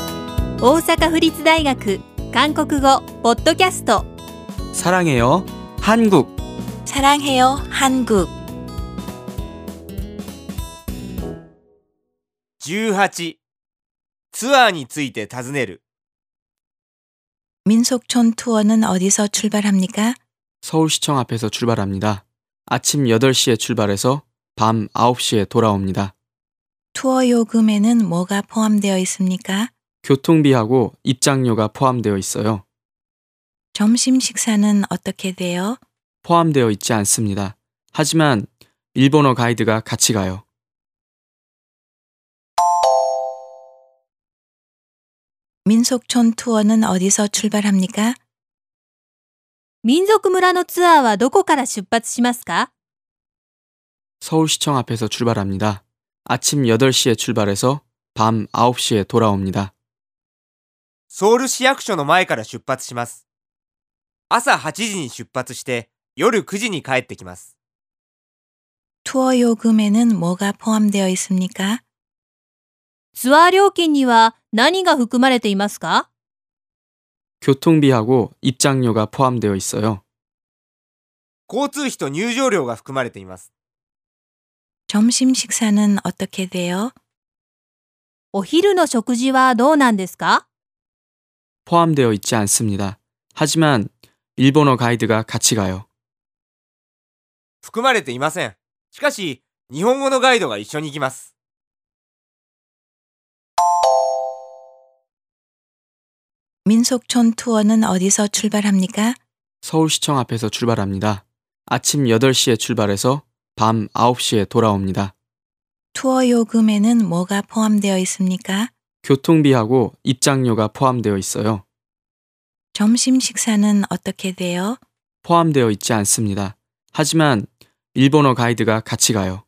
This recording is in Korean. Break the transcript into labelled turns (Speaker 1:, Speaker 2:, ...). Speaker 1: 大阪府立大学韓国語ポッドキャスト
Speaker 2: 사랑해요. 한국.
Speaker 3: 사랑해요 한국
Speaker 4: 18ツアーについて尋ねる
Speaker 3: 민속촌 투어는 어디서 출발합니까?
Speaker 2: 서울시청 앞에서 출발합니다. 아침 8시에 출발해서 밤 9시에 돌아옵니다.
Speaker 3: 투어 요금에는 뭐가 포함되어 있습니까?
Speaker 2: 교통비하고 입장료가 포함되어 있어요.
Speaker 3: 점심 식사는 어떻게 돼요?
Speaker 2: 포함되어 있지 않습니다. 하지만 일본어 가이드가 같이 가요.
Speaker 3: 민속촌 투어는 어디서 출발합니까?
Speaker 1: 民族村のツアーはどこから出発しますか
Speaker 2: 서울시청 앞에서 출발합니다. 아침 8시에 출발해서 밤 9시에 돌아옵니다.
Speaker 4: ソウル市役所の前から出発します朝8時に出発して夜9時に帰ってきます
Speaker 3: 투어 요금에는 뭐가 포함되어 있습니까?
Speaker 1: ツアー料金には何が含まれていますか
Speaker 2: 교통비하고 입장료가 포함되어 있어요.
Speaker 4: 交通費と入場料が含まれています
Speaker 3: 점심 식사는 어떻게 돼요?
Speaker 1: お昼の食事はどうなんですか
Speaker 2: 포함되어 있지 않습니다. 하지만 일본어 가이드가 같이 가요.
Speaker 4: 含まれていませんしかし日本語のガイドが一緒に行きます
Speaker 3: 민속촌 투어는 어디서 출발합니까?
Speaker 2: 서울시청 앞에서 출발합니다. 아침 8시에 출발해서 밤 9시에 돌아옵니다.
Speaker 3: 투어 요금에는 뭐가 포함되어 있습니까?
Speaker 2: 교통비하고 입장료가 포함되어 있어요.
Speaker 3: 점심 식사는 어떻게 돼요?
Speaker 2: 포함되어 있지 않습니다. 하지만 일본어 가이드가 같이 가요.